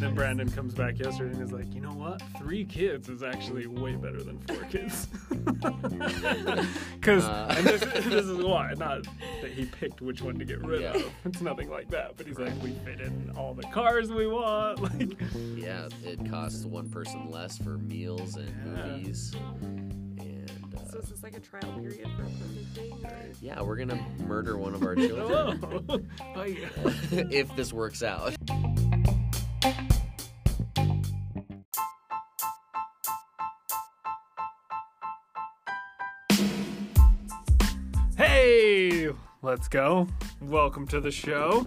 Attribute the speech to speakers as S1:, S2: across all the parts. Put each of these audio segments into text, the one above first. S1: Then Brandon comes back yesterday and is like, you know what? Three kids is actually way better than four kids. Because
S2: Uh.
S1: and this, this is why, not that he picked which one to get rid
S2: Yeah.
S1: of. It's nothing like that. But he's like, we fit in all the cars we want. Like,
S2: Yeah, it costs one person less for meals and
S1: Yeah.
S2: movies. And
S3: So
S2: uh,
S3: is this like a trial period for a permanent thing? Or...
S2: yeah, we're gonna murder one of our children
S1: hello. Hi.
S2: if this works out.
S1: Hey, let's go. Welcome to the show.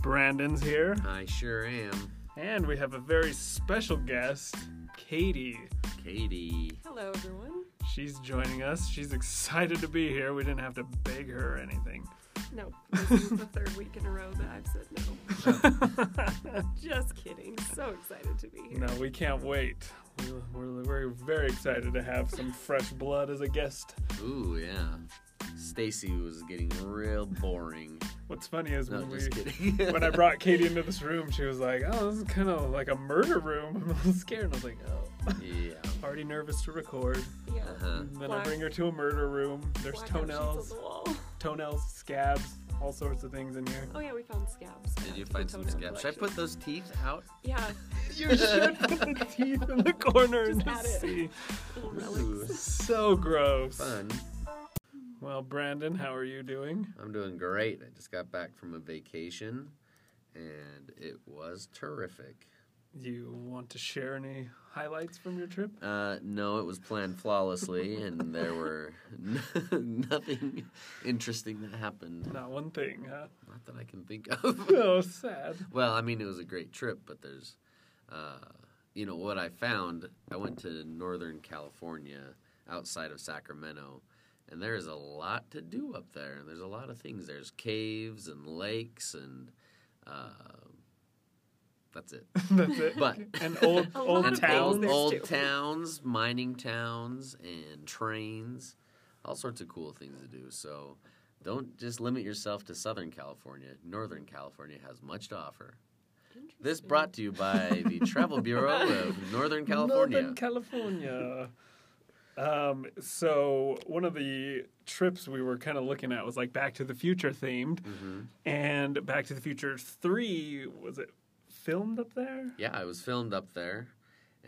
S1: Brandon's here,
S2: I sure am,
S1: and we have a very special guest, Katie.
S2: Katie.
S3: Hello, everyone.
S1: She's joining us. She's excited to be here. We didn't have to beg her or anything.
S3: No, this is the third week in a row that I've said no. Just kidding. So excited to be here.
S1: no, we can't wait. We- We're, we're very excited to have some fresh blood as a guest.
S2: Ooh, yeah. Stacy was getting real boring.
S1: What's funny is
S2: No,
S1: when
S2: just
S1: we.
S2: kidding.
S1: When I brought Katie into this room, she was like, "Oh, this is kind of like a murder room." I'm a little scared. And I was like, "Oh,
S2: yeah.
S1: already nervous to record."
S3: Yeah.
S2: Uh-huh.
S1: Then I
S3: Black-
S1: bring her to a murder room. There's
S3: Blackout sheets on
S1: toenails,
S3: the wall.
S1: toenails, scabs, all sorts of things in here.
S3: Oh yeah, we found scabs.
S2: Did you
S3: The
S2: find some
S3: toenail
S2: scabs? Should I put
S3: collection.
S2: those teeth out?
S3: Yeah.
S1: You should put the teeth in the corner and
S3: Just
S1: just
S3: add
S1: see.
S3: little
S2: Ooh,
S3: relics.
S1: So gross.
S2: fun.
S1: Well, Brandon, how are you doing?
S2: I'm doing great. I just got back from a vacation, and it was terrific.
S1: You want to share any highlights from your trip?
S2: Uh, no, it was planned flawlessly, and there were n- nothing interesting that happened.
S1: Not one thing, huh?
S2: Not that I can think of.
S1: Oh, sad.
S2: well, I mean, it was a great trip, but there's, uh, you know, what I found. I went to Northern California, outside of Sacramento, and there is a lot to do up there. There's a lot of things. There's caves and lakes, and uh, that's it.
S1: That's it.
S2: But
S1: And old
S3: A lot
S1: old
S3: of
S2: and
S1: town.
S2: old,
S3: things.
S2: old
S3: There's two.
S2: towns, mining towns, and trains, all sorts of cool things to do. So don't just limit yourself to Southern California. Northern California has much to offer. This brought to you by the Travel Bureau of Northern California.
S1: Northern California. Um, so one of the trips we were kind of looking at was like Back to the Future themed,
S3: Mm-hmm.
S1: and Back to the Future Three was it filmed up there?
S2: yeah, it was filmed up there.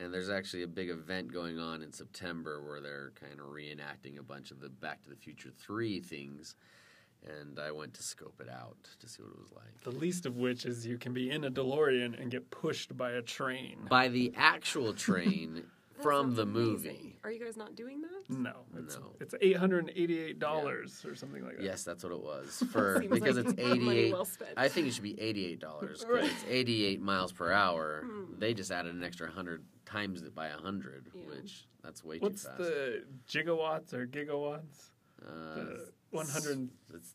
S2: And there's actually a big event going on in September where they're kind of reenacting a bunch of the Back to the Future 3 things. And I went to scope it out to see what it was like.
S1: The least of which is you can be in a DeLorean and get pushed by a train.
S2: by the actual train
S3: That
S2: from
S3: sounds
S2: the
S3: amazing.
S2: movie.
S3: Are you guys not doing that?
S1: No, it's
S2: No.
S1: it's eight hundred and eighty-eight dollars or something like that.
S2: Yes, that's what it was for
S3: Seems
S2: because
S3: like
S2: it's
S3: money
S2: eighty eight.
S3: well spent.
S2: I think it should be eighty eight dollars because
S1: Right.
S2: it's eighty eight miles per hour. They just added an extra hundred times it by hundred,
S3: Hmm. Yeah.
S2: which that's way
S1: What's
S2: too fast.
S1: the gigawatts or gigawatts?
S2: uh,
S1: The one hundred.
S2: it's,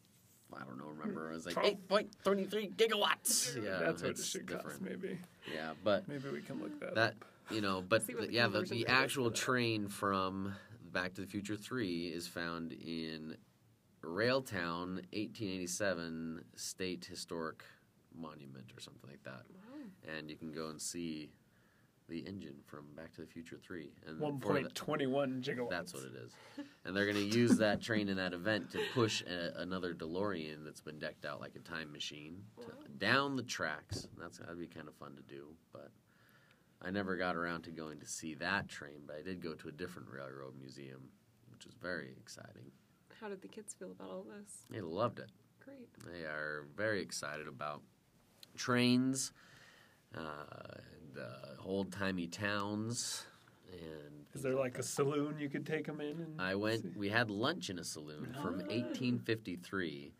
S2: I don't know. Remember, it was like
S1: Twelve.
S2: eight point thirty three gigawatts. Yeah,
S1: that's what it
S2: it's
S1: should cost.
S2: different.
S1: Maybe
S2: Yeah, but
S1: maybe we can look that.
S2: that you know but
S3: See what
S2: the-
S3: the
S2: yeah the,
S3: conversion
S2: the
S3: rate is
S2: actual
S3: for that.
S2: train from back to the future 3 is found in railtown 1887 state historic monument or something like that and you can go and see the engine from back to the future 3 and
S1: One
S2: for the-
S1: point twenty-one gigawatts.
S2: that's what it is and they're going to use that train in that event to push a, another delorean that's been decked out like a time machine to, down the tracks that's that'd be kind of fun to do but i never got around to going to see that train but i did go to a different railroad museum which was very exciting
S3: How did the kids feel about all this?
S2: they loved it
S3: Great.
S2: they are very excited about trains uh, the old timey towns and
S1: Is there like a saloon you could take them in? And...
S2: I went. We had lunch in a saloon from
S1: Oh.
S2: 1853.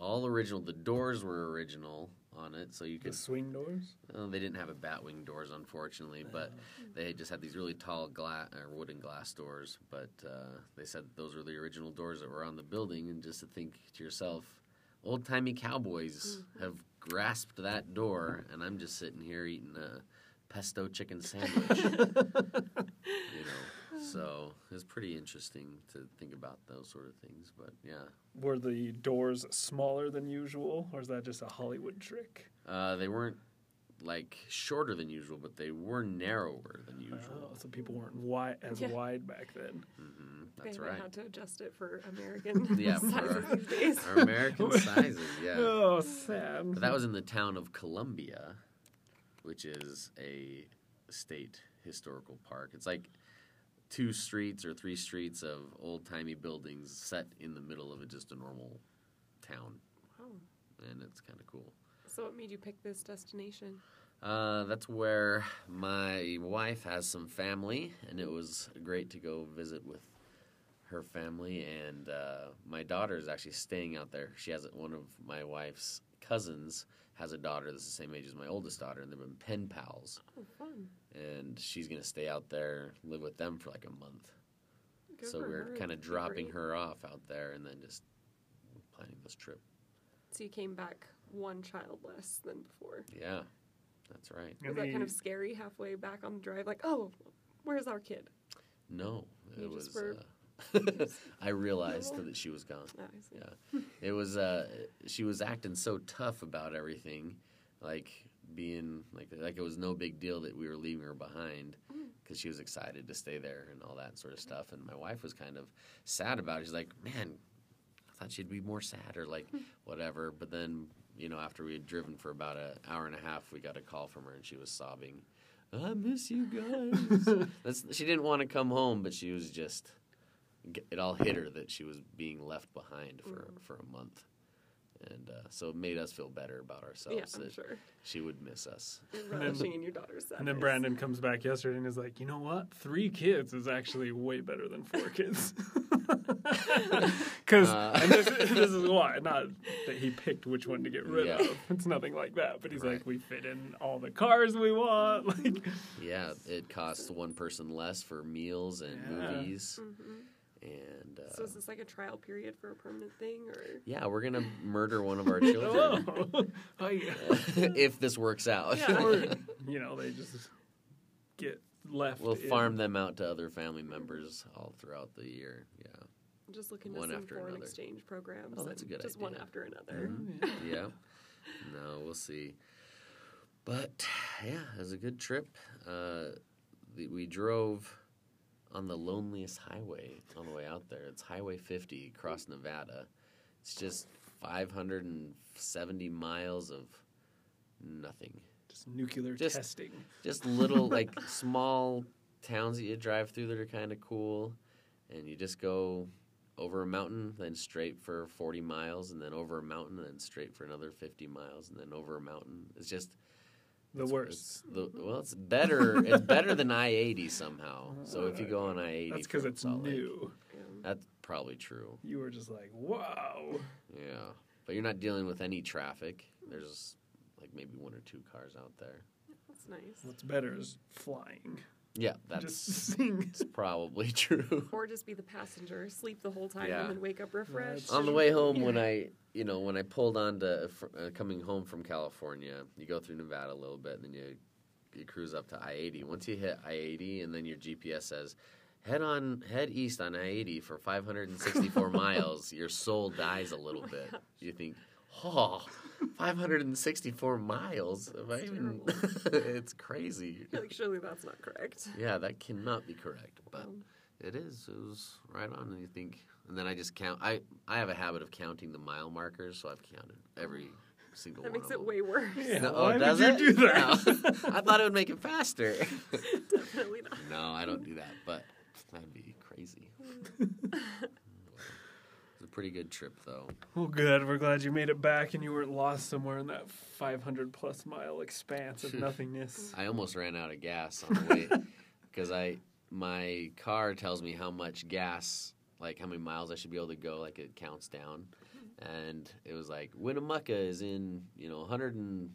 S2: All original. The doors were original on it, so you
S1: the
S2: could.
S1: swing doors?
S2: Oh, they didn't have a bat wing doors, unfortunately, but they just had these really tall glass or wooden glass doors. But uh, they said those were the original doors that were on the building, and just to think to yourself, old timey cowboys have grasped that door, and I'm just sitting here eating a pesto chicken sandwich. you know, So it's pretty interesting to think about those sort of things. But yeah,
S1: Were the doors smaller than usual, or is that just a Hollywood trick?
S2: uh, they weren't like shorter than usual, but they were narrower than usual.
S1: Oh, so people weren't wide, as
S3: Yeah.
S1: wide back then.
S2: hmm That's
S3: they
S2: right.
S3: had to adjust it for American
S2: Yeah, for
S3: sizes
S2: our-
S3: these days.
S2: Our American sizes, yeah.
S1: Oh, sad.
S2: But that was in the town of Columbia, which is a state historical park. It's like two streets or three streets of old timey buildings set in the middle of a, just a normal town,
S3: Wow.
S2: and it's kind of cool.
S3: So what made you pick this destination?
S2: Uh, that's where my wife has some family, and it was great to go visit with her family. And uh, my daughter is actually staying out there. She has one of my wife's cousins has a daughter that's the same age as my oldest daughter, and they've been pen pals.
S3: Oh, fun.
S2: And she's gonna stay out there, live with them for like a month.
S3: Good
S2: so
S3: for
S2: we're
S3: her.
S2: kind of dropping
S3: Great.
S2: her off out there, and then just planning this trip.
S3: So you came back one child less than before.
S2: Yeah, that's right.
S3: Was that kind of scary halfway back on the drive? Like, oh, where's our kid?
S2: No,
S3: You
S2: it
S3: just
S2: was.
S3: were-
S2: Uh, I realized that she was gone.
S3: Oh, I see.
S2: Yeah. It was. Uh, she was acting so tough about everything, like being like like it was no big deal that we were leaving her behind
S3: Mm.
S2: because she was excited to stay there and all that sort of stuff. And my wife was kind of sad about it. She's like, man, I thought she'd be more sad or like
S3: Mm.
S2: whatever. But then you know after we had driven for about an hour and a half, we got a call from her and she was sobbing. I miss you guys. That's, she didn't want to come home, but she was just g- it all hit her that she was being left behind for
S3: Mm.
S2: for a month, and uh, so it made us feel better about ourselves
S3: Yeah, I'm
S2: that
S3: sure.
S2: she would miss us.
S3: You're relishing in your daughter's sadness.
S1: And then Brandon comes back yesterday and is like, you know what? Three kids is actually way better than four kids. Because
S2: Uh.
S1: this, this is why, not that he picked which one to get rid
S2: Yeah.
S1: of. It's nothing like that. But he's
S2: Right.
S1: like, we fit in all the cars we want. Like,
S2: Yeah, it costs one person less for meals and
S1: Yeah.
S2: movies,
S3: Mhm.
S2: and uh,
S3: So is this like a trial period for a permanent thing, or
S2: yeah, we're gonna murder one of our children
S1: oh, I-
S2: if this works out.
S3: Yeah.
S1: or, you know, they just get left.
S2: We'll
S1: in-
S2: farm them out to other family members all throughout the year. Yeah.
S3: just look into
S2: One
S3: some
S2: after
S3: foreign
S2: another.
S3: exchange programs?
S2: Oh, that's a
S3: and
S2: good
S3: Just one
S2: idea. Mm-hmm.
S3: after another.
S2: yeah. No, we'll see. But yeah, it was a good trip. Uh, the, we drove on the loneliest highway on the way out there. It's Highway 50 across Nevada. It's just 570 miles of nothing.
S1: Just nuclear
S2: Just-
S1: testing.
S2: Just little, like small towns that you drive through that are kind of cool. And you just go over a mountain, then straight for 40 miles, and then over a mountain, and then straight for another 50 miles, and then over a mountain. It's just
S1: The
S2: it's-
S1: worst.
S2: it's the- well, it's better. It's better than I eighty somehow. So if you go on I eighty,
S1: That's because it's new.
S3: Yeah.
S2: That's probably true.
S1: You were just like, wow.
S2: Yeah, but you're not dealing with any traffic. There's like maybe one or two cars out there.
S3: That's nice.
S1: What's better is flying.
S2: Yeah, that's
S1: just sing.
S2: probably true.
S3: Or just be the passenger, sleep the whole time,
S2: Yeah.
S3: and then wake up refreshed.
S2: on the way home when i you know when i pulled on to fr- uh, coming home from california you go through nevada a little bit and then you you cruise up to i-80 once you hit i-80 and then your gps says head on head east on i-80 for 564 miles your soul dies a little bit you think oh 564 miles Have I
S3: That's
S2: even- it's crazy
S3: Like surely that's not correct.
S2: yeah, that cannot be correct, but
S3: Um.
S2: it is. It was right on. And you think, and then I just count. I I have a habit of counting the mile markers, so I've counted every single
S3: That
S2: one.
S3: makes
S2: of
S3: it
S2: them.
S3: way worse.
S1: Yeah.
S2: No,
S1: Why
S2: oh,
S1: would
S2: does
S1: you
S2: it?
S1: do that?
S2: No. I thought it would make it faster.
S3: Definitely not.
S2: no, I don't do that, but that'd be crazy. it's a pretty good trip, though.
S1: Well, good. We're glad you made it back and you weren't lost somewhere in that 500 plus mile expanse of nothingness.
S2: I almost ran out of gas on the way because I my car tells me how much gas, like how many miles I should be able to go, like it counts down, and it was like Winnemucca is in you know 100 and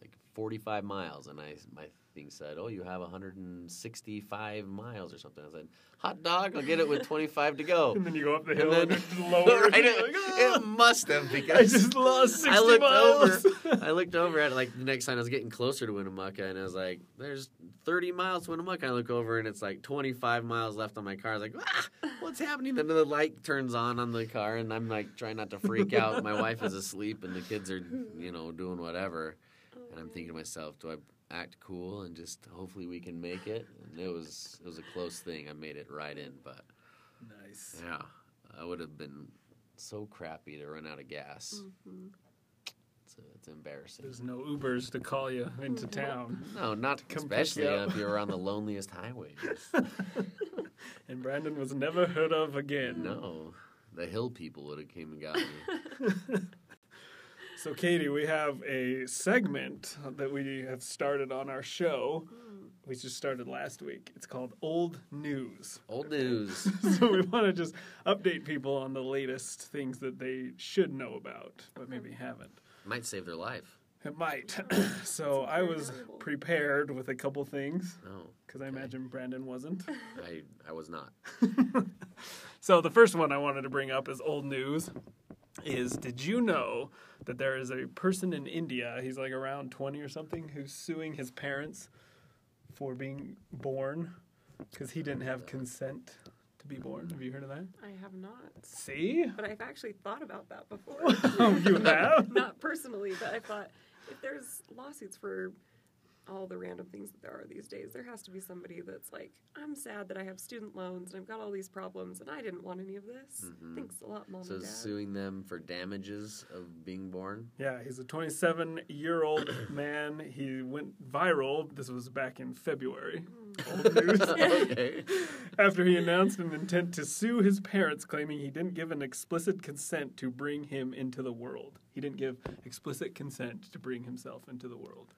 S2: like 45 miles, and I my thing said, "Oh, you have 165 miles or something." I said, "Hot dog, I'll get it with 25 to go."
S1: And then you go up the
S2: And
S1: hill and,
S2: then-
S1: it's lower.
S2: Right,
S1: and
S2: it,
S1: you're like,
S2: it must have
S1: "Ah, I
S2: because
S1: just lost 60
S2: I looked
S1: miles.
S2: over. I looked over at like the next sign. I was getting closer to Winnemucca, and I was like, "There's 30 miles to Winnemucca." I look over, and it's like 25 miles left on my car. I was like, ah, "What's happening?" Then the light turns on on the car, and I'm like trying not to freak out. My wife is asleep, and the kids are, you know, doing whatever. And I'm thinking to myself, "Do I act cool and just hopefully we can make it?" And it was it was a close thing. I made it right in, but
S1: "Ah!" Nice.
S2: yeah, I would have been so crappy to run out of gas.
S3: Mhm.
S2: It's, it's embarrassing.
S1: Mm. There's no Ubers to call you into town.
S2: No, not
S1: Come pick
S2: especially
S1: you up.
S2: if you're on the loneliest highways.
S1: and Brandon was never heard of again.
S2: no, the hill people would have came and got me.
S1: So, Katie, we have a segment that we have started on our show. We just started last week. It's called Old News.
S2: Old news.
S1: so, we want to just update people on the latest things that they should know about, but maybe haven't.
S2: Might save their life.
S1: It might. so, I was prepared with a couple things
S2: No,
S1: because I imagine Brandon wasn't.
S2: I, I was not.
S1: Oh So the first one I wanted to bring up is old news. Is did you know that there is a person in India? He's like around twenty or something, who's suing his parents for being born because he didn't have consent to be born. Have you heard of that?
S3: I have not.
S1: See,
S3: But I've actually thought about that before.
S1: oh, you have.
S3: not personally, but I thought if there's lawsuits for all the random things that there are these days, there has to be somebody that's like, I'm sad that I have student loans and I've got all these problems and I didn't want any of this.
S2: Mhm.
S3: Thanks a lot, mom
S2: So
S3: and dad.
S2: suing them for damages of being born.
S1: Yeah, he's a 27 year old man. He went viral. This was back in February. Old news.
S2: okay.
S1: after he announced an intent to sue his parents, claiming he didn't give an explicit consent to bring him into the world. He didn't give explicit consent to bring himself into the world.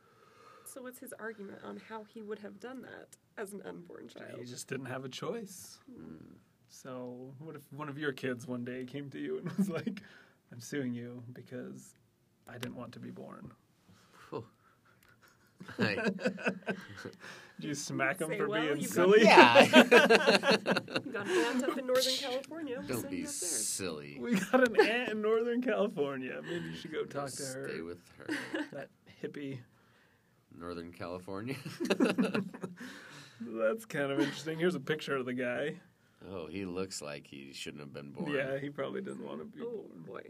S3: So what's his argument on how he would have done that as an unborn
S1: He
S3: child?
S1: just didn't have a choice.
S3: Hmm.
S1: So, what if one of your kids one day came to you and was like, I'm suing you because I didn't want to be born?
S2: Phew. I-
S1: Do you smack him
S3: Say,
S1: for
S3: "Well,
S1: being
S3: you got-
S1: silly?
S2: yeah.
S3: You got hands up in Northern California.
S2: Don't
S3: sitting
S2: be
S3: up there.
S2: silly.
S1: We got an aunt in Northern California. Maybe you should go talk to her.
S2: Stay with her.
S1: That hippie.
S2: Northern California.
S1: That's kind of interesting. Here's a picture of the guy.
S2: oh, he looks like he shouldn't have been born.
S1: Yeah, he probably doesn't want to be
S3: Oh
S1: born.
S3: boy,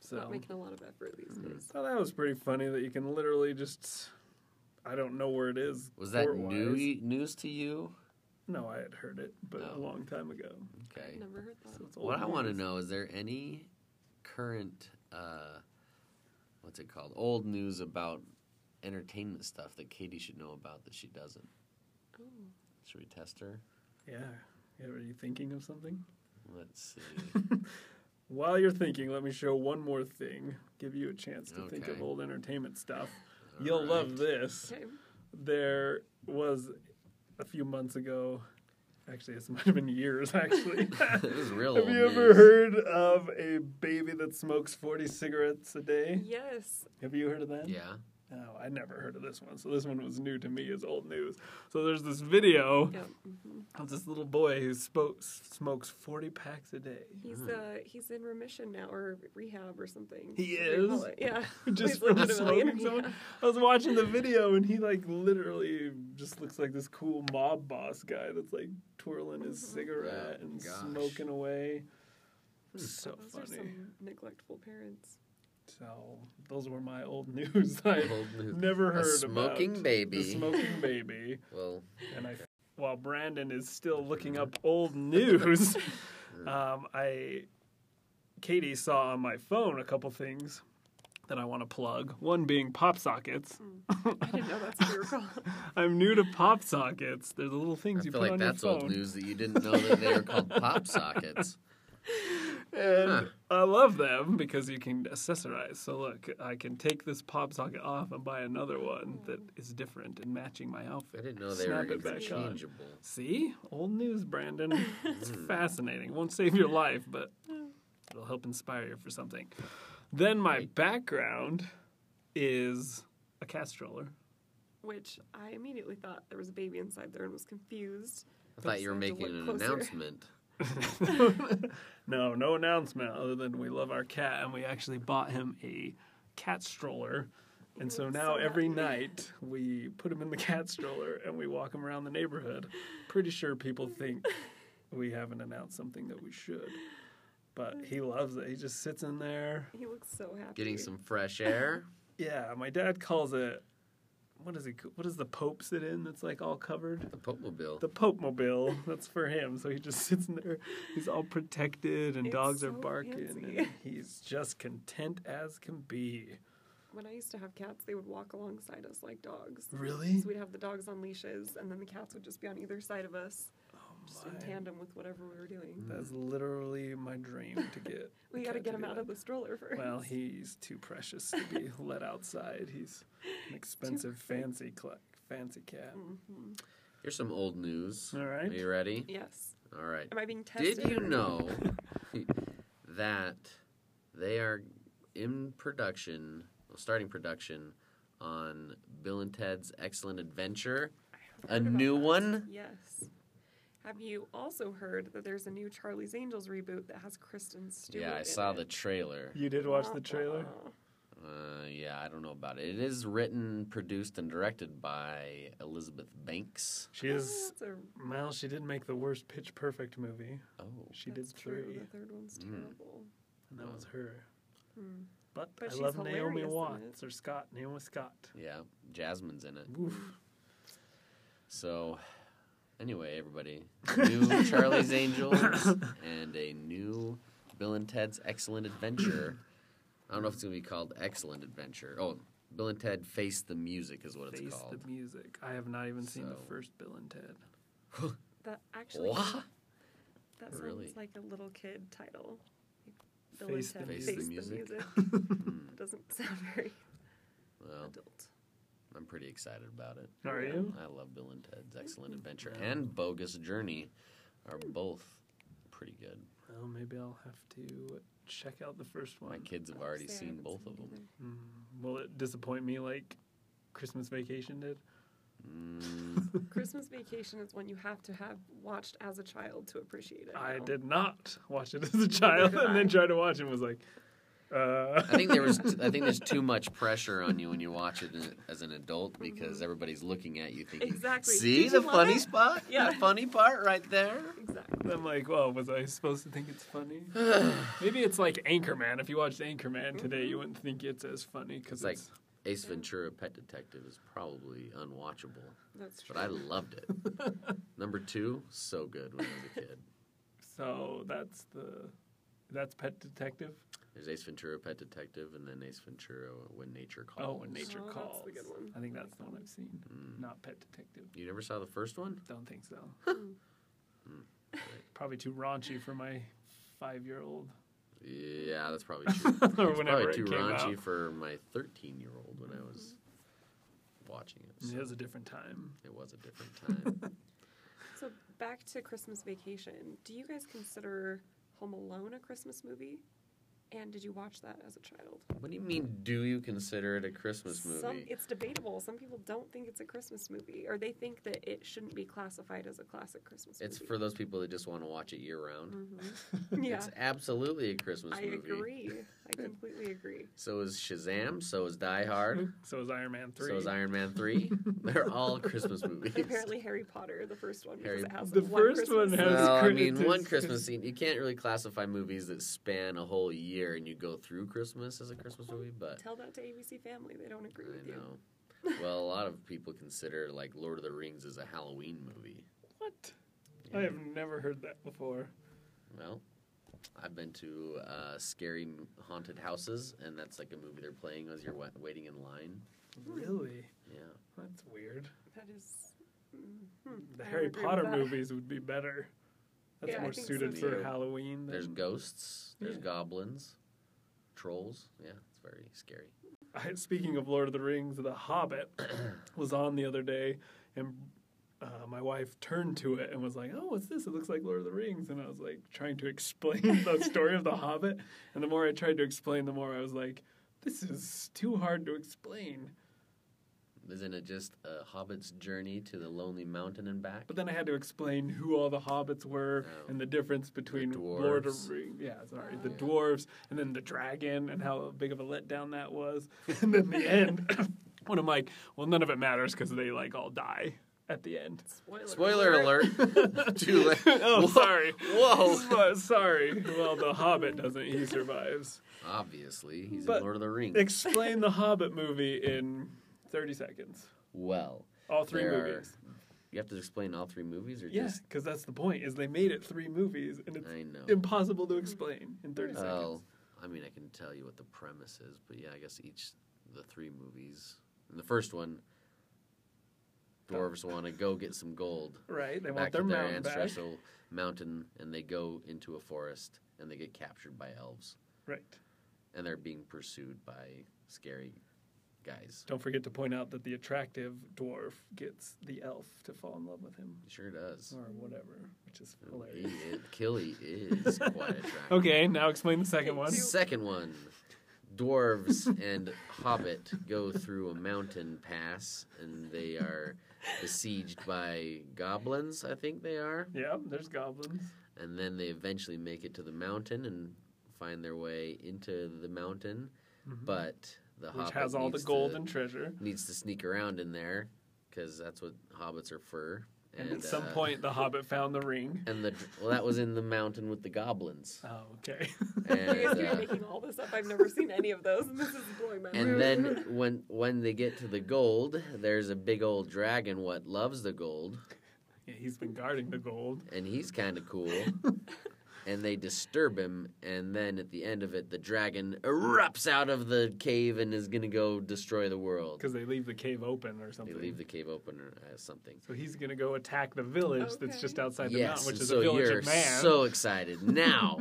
S1: So
S3: not making a lot of effort these days.
S1: thought that was pretty funny that you can literally just. I don't know where it is.
S2: Was that
S1: court-wise.
S2: new news to you?
S1: No, I had heard it, but a
S2: No.
S1: long time ago.
S2: Okay.
S3: Never heard that.
S1: So it's old
S2: What I want to
S1: news.
S2: know is there any current, uh, what's it called, old news about entertainment stuff that Katie should know about that she doesn't?
S3: Oh.
S2: Should we test her?
S1: Yeah. Yeah, Are you thinking of something?
S2: Let's see.
S1: While you're thinking, let me show one more thing. Give you a chance to think of
S2: Okay.
S1: old entertainment stuff.
S2: All
S1: You'll
S2: right.
S1: love this.
S3: Okay.
S1: There was a few months ago. Actually, this might have been years. Actually,
S2: this is real.
S1: Have
S2: old
S1: you ever
S2: news.
S1: heard of a baby that smokes 40 cigarettes a day?
S3: Yes.
S1: Have you heard of that?
S2: Yeah.
S1: No, I never heard of this one. So this one was new to me as old news. So there's this video
S3: Yep.
S1: of this little boy who spo- smokes 40 packs a day.
S3: He's uh he's in remission now or rehab or something.
S1: He
S3: What do you call
S1: is?
S3: it? Yeah.
S1: Just
S3: He's
S1: from
S3: legitimately in
S1: smoking so much.
S3: rehab.
S1: I was watching the video and he like literally just looks like this cool mob boss guy that's like twirling his cigarette
S2: Yeah,
S1: and
S2: Oh gosh.
S1: smoking away. So
S3: Those
S1: funny.
S3: are some neglectful parents.
S1: So those were my old news. I
S2: Old news.
S1: never
S2: A
S1: heard
S2: smoking
S1: about
S2: baby.
S1: the smoking baby.
S2: well,
S1: And I, while Brandon is still looking up old news, um, I Katie saw on my phone a couple things that I want to plug. One being pop sockets.
S3: I didn't know that's what you were called.
S1: I'm new to pop sockets. They're the little things
S2: I
S1: you
S2: feel
S1: put
S2: like
S1: on
S2: that's
S1: your
S2: old
S1: phone.
S2: news that you didn't know that they were called pop sockets.
S1: And
S2: Huh.
S1: I love them because you can accessorize. So look, I can take this pop socket off and buy another one that is different and matching my
S2: I
S1: outfit.
S2: didn't know they
S1: Snap
S2: were
S1: it back on.
S2: interchangeable.
S1: See? Old news, Brandon. It's fascinating. Won't save your life, but it'll help inspire you for something. Then my background is a castraller.
S3: which I immediately thought there was a baby inside there and was confused.
S2: I
S3: But
S2: thought you were
S3: so I had to
S2: making
S3: look
S2: an
S3: closer.
S2: announcement.
S1: no, no announcement other than we love our cat and we actually bought him a cat stroller. And so
S3: I'm
S1: now
S3: so
S1: every
S3: happy.
S1: night we put him in the cat stroller and we walk him around the neighborhood. Pretty sure people think we haven't announced something that we should. But he loves it. He just sits in there.
S3: He looks so happy.
S2: Getting some fresh air.
S1: Yeah, my dad calls it what is he what is the Pope sit in that's like all covered?
S2: The Pope Mobile.
S1: The Pope Mobile. That's for him. So he just sits in there. He's all protected, and
S3: It's
S1: dogs are
S3: so
S1: barking.
S3: fancy.
S1: And he's just content as can be.
S3: When I used to have cats, they would walk alongside us like dogs.
S1: Really?
S3: So we'd have the dogs on leashes, and then the cats would just be on either side of us, just in
S1: Oh My- Hmm.
S3: tandem with whatever we were doing.
S1: That's literally my dream to get.
S3: We
S1: a
S3: got to
S1: cat
S3: get
S1: to
S3: him
S1: do
S3: out
S1: that.
S3: of the stroller first.
S1: Well, he's too precious to be let outside. He's an expensive, fancy, cla fancy cat.
S3: Mhm.
S2: Here's some old news.
S1: All right.
S2: Are you ready?
S3: Yes.
S2: All right.
S3: Am I being tested?
S2: Did you know that they are in production, well, starting production on Bill and Ted's Excellent Adventure? A
S3: heard about
S2: new
S3: that.
S2: one?
S3: Yes. Have you also heard that there's a new Charlie's Angels reboot that has Kristen Stewart?
S2: Yeah, I
S3: in
S2: saw
S3: it?
S2: the trailer.
S1: You did watch the trailer?
S3: Uh-uh.
S2: Uh, yeah, I don't know about it. It is written, produced, and directed by Elizabeth Banks.
S1: She is.
S3: That's a-
S1: Well, she did make the worst Pitch Perfect movie.
S2: Oh,
S1: She
S3: that's
S1: did
S3: true.
S1: three,
S3: The third one's
S2: Mm.
S3: terrible.
S1: and that was her.
S3: Hmm.
S1: But,
S3: But
S1: I
S3: she's
S1: love Naomi
S3: hilarious in it.
S1: Watts or Scott. Naomi Scott.
S2: yeah, Jasmine's in it.
S1: Oof.
S2: So, anyway, everybody, new Charlie's Angels and a new Bill and Ted's Excellent Adventure. I don't know if it's gonna be called Excellent Adventure. Oh, Bill and Ted Face the Music is what
S1: Face
S2: it's called.
S1: the music. I have not even seen the
S2: So-
S1: first Bill and Ted.
S3: That actually,
S2: What?
S3: that sounds
S2: Really?
S3: like a little kid title. Bill
S1: Face the
S3: and Ted
S2: Music.
S3: Face
S2: Face
S3: the
S2: the
S3: music.
S2: Hmm,
S3: Doesn't sound very
S2: well,
S3: adult.
S2: I'm pretty excited about it.
S1: Are you?
S2: I love Bill and Ted's Excellent Adventure and Bogus Journey, are both pretty good.
S1: Well, maybe I'll have to check out the first
S2: My
S1: one.
S2: kids have
S3: I would
S2: already
S3: say I
S2: seen
S3: haven't
S2: both
S3: seen
S2: of
S3: it
S2: them.
S1: Mm, will it disappoint me like Christmas Vacation did?
S2: Mm,
S3: either. Christmas Vacation is one you have to have watched as a child to appreciate it.
S1: I
S3: now.
S1: did not watch it as a child,
S3: did
S1: and then
S3: I.
S1: tried to watch it and was like, uh,
S2: I think there was. I think there's too much pressure on you when you watch it in- as an adult because
S1: Mm-hmm.
S2: everybody's looking at you thinking,
S3: Exactly.
S2: "See
S3: Did
S2: the
S3: you love
S2: funny
S3: it?"
S2: spot?
S3: Yeah.
S2: the funny part right there."
S3: Exactly.
S1: I'm like, well, was I supposed to think it's funny? maybe it's like Anchorman. If you watched Anchorman today, you wouldn't think it's as funny because
S2: It's like
S1: it's
S2: Ace Ventura: Pet Detective is probably unwatchable,
S3: That's true.
S2: but I loved it. Number two, so good when I was a kid.
S1: so that's the that's Pet Detective.
S2: There's Ace Ventura: Pet Detective, and then Ace Ventura: When Nature Calls.
S1: Oh, when nature
S3: Oh, that's the
S1: calls.
S3: good one.
S1: I think that's the one I've seen.
S2: Mm.
S1: Not Pet Detective.
S2: You never saw the first one?
S1: Don't think so.
S3: Mm.
S1: Probably too raunchy for my five-year-old,
S2: Yeah, that's probably true. It's
S1: or whenever
S2: probably
S1: it
S2: too
S1: came
S2: raunchy
S1: out.
S2: for my 13 year old when I was
S1: Mm-hmm.
S2: watching it.
S1: It
S2: so
S1: was a different time.
S2: It was a different time.
S3: So back to Christmas Vacation. Do you guys consider Home Alone a Christmas movie? And did you watch that as a child?
S2: What do you mean? Do you consider it a Christmas movie?
S3: Some, it's debatable. Some people don't think it's a Christmas movie, or they think that it shouldn't be classified as a classic Christmas
S2: it's
S3: movie.
S2: for those people that just want to watch it year round.
S3: for yeah.
S2: It's absolutely a Christmas
S3: I
S2: movie.
S3: agree. I completely agree.
S2: So is Shazam. So is Die Hard.
S1: So was Iron Man three.
S2: So is Iron Man Three. They're all Christmas movies.
S3: And apparently, Harry Potter, the first one,
S2: Harry-
S3: because it has
S1: The
S3: one
S1: first one
S3: Christmas
S1: has-
S3: scene.
S2: Well, I mean,
S1: Christmas.
S2: one Christmas scene. You can't really classify movies that span a whole year and you go through Christmas as a Christmas movie, but
S3: Tell that to ABC Family; they don't agree with
S2: I
S3: you.
S2: know. Well, a lot of people consider like Lord of the Rings as a Halloween movie.
S1: What? I have never heard that before.
S2: Well, I've been to uh, scary m- haunted houses, and that's like a movie they're playing as you're wa- waiting in line.
S1: Really?
S2: Yeah,
S1: That's weird.
S3: That is. mm, hmm,
S1: The
S3: I don't
S1: Harry
S3: agree with
S1: Potter
S3: that.
S1: movies would be better. That's
S3: Yeah, I
S1: more
S3: think
S1: suited
S2: so
S1: for
S2: too.
S1: Halloween.
S2: there's
S1: than-
S2: ghosts, there's
S1: Mm. Yeah.
S2: goblins, trolls. Yeah, it's very scary.
S1: I, speaking of Lord of the Rings, The Hobbit was on the other day, and uh, my wife turned to it and was like, "Oh, what's this? It looks like Lord of the Rings." And I was like, trying to explain the story of The Hobbit, and the more I tried to explain, the more I was like, "This is too hard to explain."
S2: Isn't it just a hobbit's journey to the lonely mountain and back?
S1: But then I had to explain who all the hobbits were
S2: Oh.
S1: and the difference between Lord of
S2: dwarves. Oh,
S1: Ring, yeah, sorry, the
S3: Yeah.
S1: dwarves and then the dragon and how big of a letdown that was. And then the end, when I'm like, well, none of it matters because they like all die at the end.
S3: Spoiler,
S2: Spoiler alert! Too late.
S1: Oh,
S2: Whoa.
S1: sorry.
S2: Whoa!
S1: So- sorry. Well, the Hobbit doesn't. He survives.
S2: Obviously, he's
S1: But-
S2: in Lord of the Rings.
S1: Explain the Hobbit movie in 30 seconds.
S2: well,
S1: All three
S2: there are-
S1: movies.
S2: you have to explain all three movies, or
S1: Yes,
S2: just
S1: because that's the point. Is they made it three movies, and it's
S2: I know.
S1: impossible to explain in 30
S2: Well,
S1: seconds.
S2: I mean, I can tell you what the premise is, but yeah, I guess each the three movies. In the first one, dwarves want to go get some gold
S1: Right? They
S2: back
S1: want
S2: to
S1: their
S2: their
S1: mountain back.
S2: ancestral mountain, and they go into a forest and they get captured by elves,
S1: Right.
S2: and they're being pursued by scary guys.
S1: Don't forget to point out that the attractive dwarf gets the elf to fall in love with him,
S2: It sure does.
S1: or whatever, which is
S2: He
S1: hilarious.
S2: is, Killy is quite attractive.
S1: Okay, now explain the second one.
S2: Second one. Dwarves and Hobbit go through a mountain pass and they are besieged by goblins, I think they are.
S1: Yeah, there's goblins.
S2: And then they eventually make it to the mountain and find their way into the mountain. But the
S1: Mm-hmm. Which
S2: Hobbit
S1: has all the
S2: needs
S1: gold
S2: to,
S1: and treasure.
S2: needs to sneak around in there because that's what hobbits are for.
S1: And, at some
S2: uh,
S1: point, the Hobbit found the ring.
S2: and the well, that was in the mountain with the goblins.
S1: Oh, okay.
S3: You guys
S2: And,
S3: keep
S2: uh,
S3: making all this up. I've never seen any of those, and this is blowing my mind.
S2: And then when when they get to the gold, there's a big old dragon what loves the gold,
S1: yeah, he's been guarding the gold.
S2: and he's kind of cool. and they disturb him, and then at the end of it, the dragon erupts out of the cave and is gonna go destroy the world.
S1: Because they leave the cave open or
S2: They
S1: something.
S2: leave the cave open or uh, something.
S1: so he's going to go attack the village that's
S3: Okay.
S1: just outside the
S2: yes,
S1: mountain, which
S2: and
S1: is
S2: so
S1: a village
S2: you're
S1: of man.
S2: so excited now.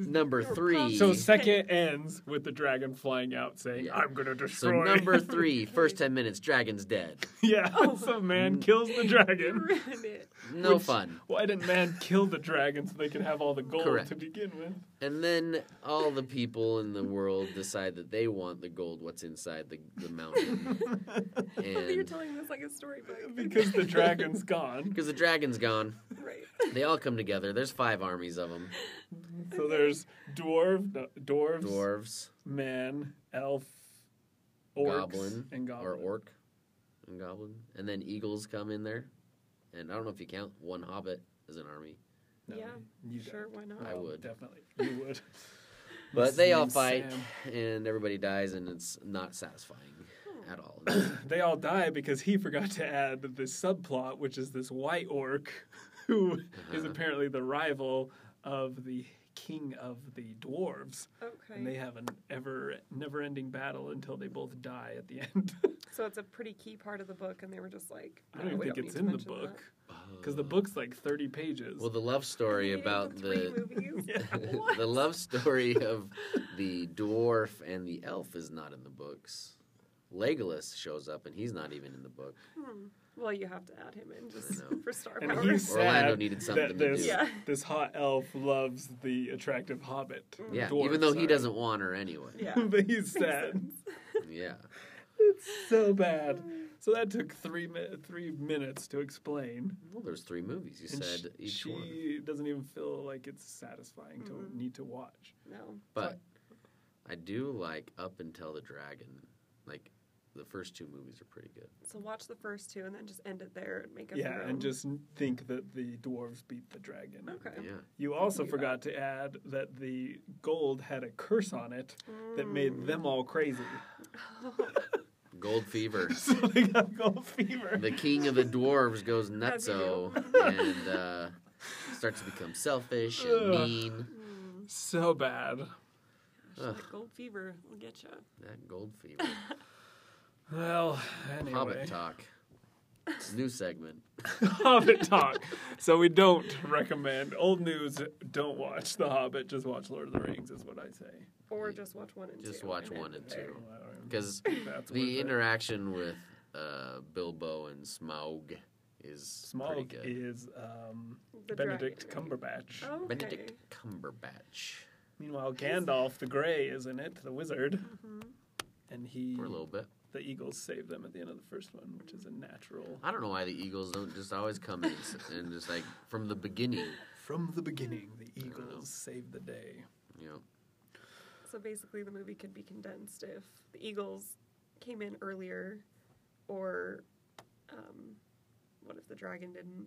S2: number
S3: You're
S2: three.
S1: So second ends with the dragon flying out saying,
S2: Yeah.
S1: I'm going to
S2: so
S1: destroy.
S2: number Oh. three, first ten minutes, dragon's dead.
S1: yeah, so man kills the
S3: You
S1: dragon.
S3: ruined it.
S2: No
S1: Which-
S2: fun.
S1: Why didn't man kill the dragon so they could have all the gold
S2: Correct.
S1: to begin with?
S2: And then all the people in the world decide that they want the gold, what's inside the, the mountain.
S3: But You're
S2: And
S3: telling this like a storybook.
S1: Because the dragon's gone.
S2: because the dragon's gone,
S3: right.
S2: they all come together. There's five armies of them
S1: So there's dwarf, no, dwarves,
S2: dwarves,
S1: man, elf, orcs,
S2: goblin,
S1: and goblin.
S2: or orc, and goblin. And then eagles come in there. And I don't know if you count one hobbit as an army.
S3: Yeah,
S1: you
S3: Sure, why not?
S2: I
S1: Well,
S2: would.
S1: Definitely. You would.
S2: But
S1: His
S2: they all
S1: name's
S2: fight,
S1: Sam.
S2: and everybody dies, and it's not satisfying at all.
S1: They all die because he forgot to add the subplot, which is this white orc who is
S2: Uh-huh.
S1: apparently the rival of the king of the dwarves. And they
S3: Okay.
S1: have an ever never ending battle until they both die at the end.
S3: So it's a pretty key part of the book, and they were just like,
S1: I don't even
S3: "No, Oh, we
S1: think
S3: don't
S1: it's
S3: need to
S1: in the
S3: mention
S1: book.
S2: Uh,
S1: Because the book's like 30 pages.
S2: well, the love
S3: that."
S2: story
S3: Reading
S2: about
S3: three
S2: the
S3: movies?
S1: yeah.
S3: What?
S2: the love story of the dwarf and the elf is not in the books. Legolas shows up and he's not even in the book.
S3: Well, you have to add him in just
S2: know.
S3: for star
S1: And
S3: power.
S1: he's sad
S2: Orlando needed something to
S1: that this,
S2: do.
S3: Yeah.
S1: this hot elf loves the attractive hobbit.
S2: Yeah,
S1: dwarf,
S2: even though
S1: sorry.
S2: he doesn't want her anyway.
S3: Mm. Yeah.
S1: but he's
S3: Makes
S1: sad.
S3: sense.
S2: Yeah.
S1: so bad. So that took three mi- three minutes to explain.
S2: Well, there's three movies. You
S1: And sh-
S2: said each
S1: she
S2: one.
S1: doesn't even feel like it's satisfying to need to watch.
S3: No.
S2: But I do like Up Until the Dragon. Like, the first two movies are pretty good.
S3: So watch the first two and then just end it there and make up
S1: yeah,
S3: your own.
S1: and just think that the dwarves beat the dragon.
S3: Okay.
S2: Yeah.
S1: You also
S3: do that.
S1: forgot to add that the gold had a curse on it that made them all crazy.
S2: Gold Fever.
S1: so they got gold fever.
S2: the king of the dwarves goes
S3: As you
S2: nutso and uh, starts to become selfish and
S1: Ugh.
S2: mean.
S1: So bad.
S3: Gosh, that gold fever will get you.
S2: That Gold Fever.
S1: Well, anyway.
S2: Hobbit talk. New segment.
S1: Hobbit talk. So we don't recommend old news. Don't watch The Hobbit. Just watch Lord of the Rings. Is what I say.
S3: Or just watch one and two.
S2: Just watch
S3: and end
S2: one
S3: it
S2: and
S3: there.
S2: two. Because
S1: That's worth
S2: the
S1: it.
S2: interaction with uh, Bilbo and Smaug is pretty
S1: Smog
S2: good.
S1: is um,
S3: The
S1: Benedict
S3: dragon. Oh.
S1: Cumberbatch.
S3: Okay.
S2: Benedict Cumberbatch.
S3: Mm-hmm.
S1: Meanwhile, Gandalf the Grey, isn't it? The wizard. And he
S2: For a little bit.
S1: the Eagles save them at the end of the first one, which is a natural
S2: I don't know why the Eagles don't just always come in s- and just like from the beginning.
S1: from the beginning. The Eagles save the day.
S2: You know,
S3: So basically, the movie could be condensed if the Eagles came in earlier, or um, what if the dragon didn't?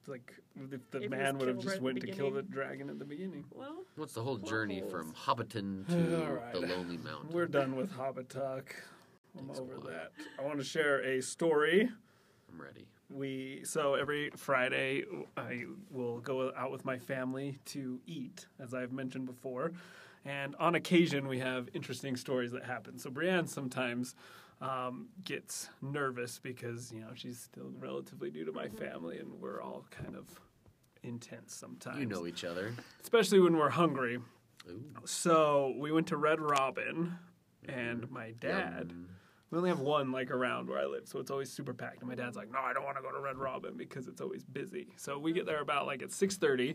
S1: It's like if the
S3: It was
S1: man would have
S3: killed
S1: just
S3: right at the
S1: went to kill the
S3: beginning.
S1: dragon at the beginning.
S3: Well,
S2: what's the whole
S3: Plot
S2: journey
S3: holes.
S2: from Hobbiton to
S1: All right.
S2: the Lonely Mountain?
S1: We're done with Hobbit talk. I'm
S2: Takes a
S1: over
S2: while.
S1: that. I want to share a story.
S2: I'm ready.
S1: we so every friday i will go out with my family to eat as i've mentioned before and on occasion we have interesting stories that happen so brienne sometimes um, gets nervous because you know she's still relatively new to my family and we're all kind of intense sometimes
S2: You know each other.
S1: especially when we're hungry
S2: Ooh.
S1: so we went to red robin and my dad we only have one like around where I live, so it's always super packed. And my dad's like, "No, I don't want to go to Red Robin because it's always busy." So we get there about like at six thirty,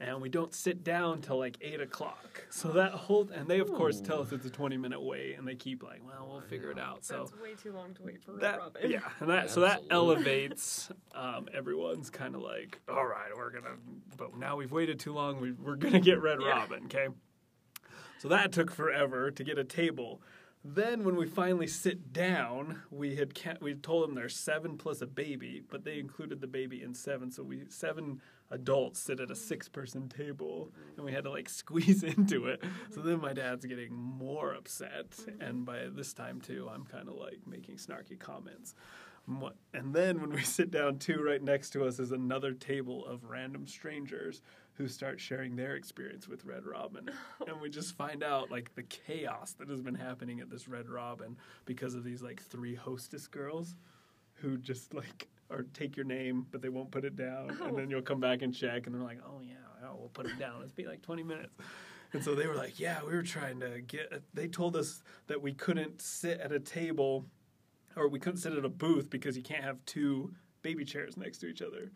S1: and we don't sit down till like eight o'clock. So that whole and they of course tell us it's a twenty minute wait, and they keep like, "Well, we'll figure it out." So
S3: that's way too long to wait for Red
S1: that
S3: Robin.
S1: yeah, and that so that
S2: Absolutely.
S1: elevates um, everyone's kind of like, "All right, we're gonna," but now we've waited too long. We, we're gonna get Red
S3: Yeah.
S1: Robin, okay? So that took forever to get a table. Then when we finally sit down, we had ca- we told them there's seven plus a baby, but they included the baby in seven, so we seven adults sit at a six person table, and we had to like squeeze into it. So then my dad's getting more upset, and by this time too, I'm kind of like making snarky comments. And what- And then when we sit down too, right next to us is another table of random strangers who start sharing their experience with Red Robin. And we just find out like the chaos that has been happening at this Red Robin because of these like three hostess girls who just like or take your name but they won't put it down and then you'll come back and check and they're like, "Oh yeah, oh, we'll put it down. It's be like 20 minutes." And so they were like, "Yeah, we were trying to get they told us that we couldn't sit at a table or we couldn't sit at a booth because you can't have two baby chairs next to each other.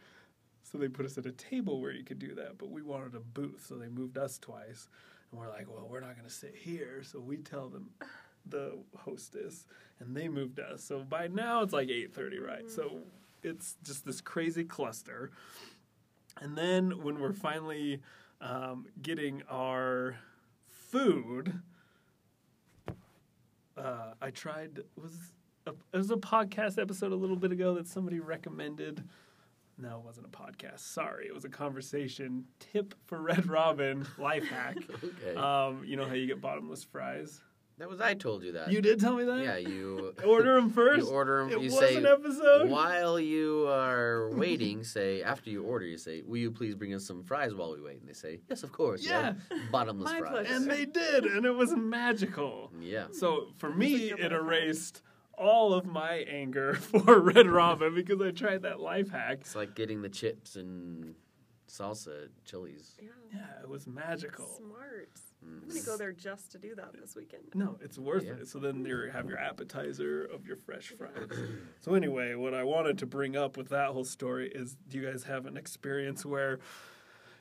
S1: So they put us at a table where you could do that, but we wanted a booth, so they moved us twice. And we're like, well, we're not going to sit here, so we tell them the hostess, and they moved us. So by now it's like 8:30, right? So it's just this crazy cluster. And then when
S2: Mm-hmm.
S1: we're finally um, getting our food, uh, I tried was a, it was a podcast episode a little bit ago that somebody recommended. No, it wasn't a podcast. Sorry, it was a conversation tip for Red Robin life hack.
S2: Okay.
S1: um, you know how you get bottomless fries?
S2: that was I told you that.
S1: You did tell me that.
S2: Uh, Yeah, you
S1: Order them first.
S2: You order 'em,
S1: It
S2: you
S1: was
S2: say
S1: an episode.
S2: while you are waiting. Say after you order, you say, "Will you please bring us some fries while we wait?" And they say, "Yes, of course."
S1: Yeah.
S2: bottomless
S3: My
S2: fries.
S3: pleasure.
S1: And they did, and it was magical.
S2: yeah,
S1: So for me,
S3: like a
S1: it
S3: life hack.
S1: erased all of my anger for Red Robin because I tried that life hack.
S2: it's like getting the chips and salsa at Chili's.
S3: Yeah.
S1: Yeah, it was magical.
S3: Smart.
S1: Mm.
S3: I'm gonna go there just to do that this weekend.
S1: No, it's worth
S2: Yeah.
S1: it. So then you have your appetizer of your fresh fries. so anyway, what I wanted to bring up with that whole story is, do you guys have an experience where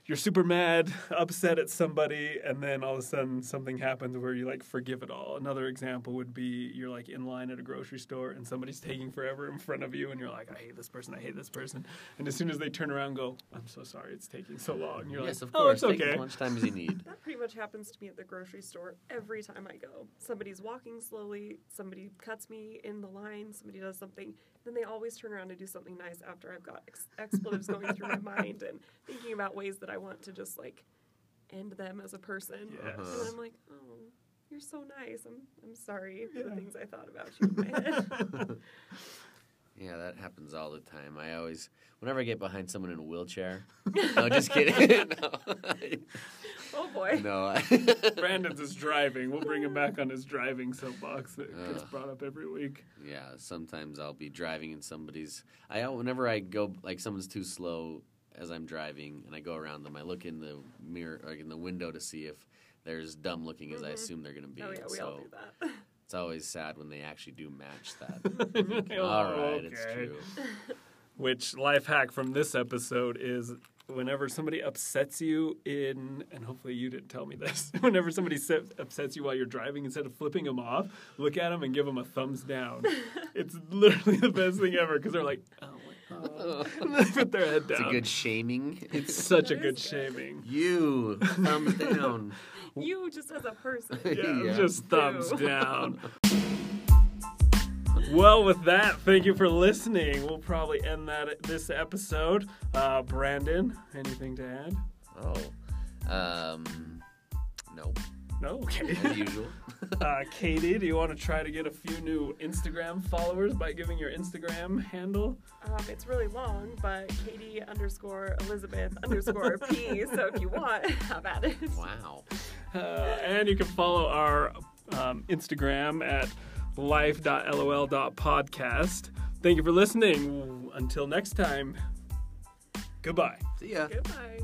S1: you're super mad, upset at somebody, and then all of a sudden something happens where you like forgive it all? Another example would be you're like in line at a grocery store and somebody's taking forever in front of you, and you're like, I hate this person, I hate this person, and as soon as they turn around, and go, I'm so sorry, it's taking so long. You're
S2: yes,
S1: like,
S2: of course.
S1: Oh, it's
S2: Take
S1: okay.
S2: as much time as you need.
S3: That pretty much happens to me at the grocery store every time I go. Somebody's walking slowly, somebody cuts me in the line, somebody does something, then they always turn around and do something nice after I've got ex- expletives going through my mind and thinking about ways that I want to just like end them as a person.
S1: Yes.
S3: And I'm like, oh, you're so nice. I'm, I'm sorry for
S1: Yeah.
S3: the things I thought about you in my head.
S2: Yeah, that happens all the time. I always, whenever I get behind someone in a wheelchair. no, just kidding.
S3: oh boy.
S2: no. no.
S1: Brandon's is driving. We'll bring him back on his driving soapbox that gets
S2: Ugh.
S1: brought up every week.
S2: Yeah, sometimes I'll be driving and somebody's. I al- whenever I go like someone's too slow as I'm driving and I go around them, I look in the mirror, like in the window to see if they're as dumb looking as I assume they're gonna be.
S3: Oh yeah, we
S2: so
S3: all do that.
S2: it's always sad when they actually do match that.
S1: all
S3: Oh,
S1: right,
S2: all right, it's true.
S1: Which life hack from this episode is whenever somebody upsets you in, and hopefully you didn't tell me this, whenever somebody se- upsets you while you're driving, instead of flipping them off, look at them and give them a thumbs down. it's literally the best thing ever because they're like, oh, what the-" And they put their head down.
S2: It's a good shaming.
S1: It's such a
S3: That
S1: good
S3: is good.
S1: shaming.
S2: You thumbs down.
S3: You just as a person.
S1: Yeah,
S2: Yeah.
S1: just thumbs
S3: Ew.
S1: down. Well, with that, thank you for listening. We'll probably end that this episode. Uh, Brandon, anything to add?
S2: Oh, um, no,
S1: No. Okay.
S2: as usual.
S1: uh, Katie, do you want to try to get a few new Instagram followers by giving your Instagram handle?
S3: Um, it's really long, but Katie underscore Elizabeth underscore P. So if you want, have at it.
S2: Wow.
S1: Uh, and you can follow our um, Instagram at life.lol.podcast. Thank you for listening. Until next time, goodbye.
S2: See ya.
S3: Goodbye.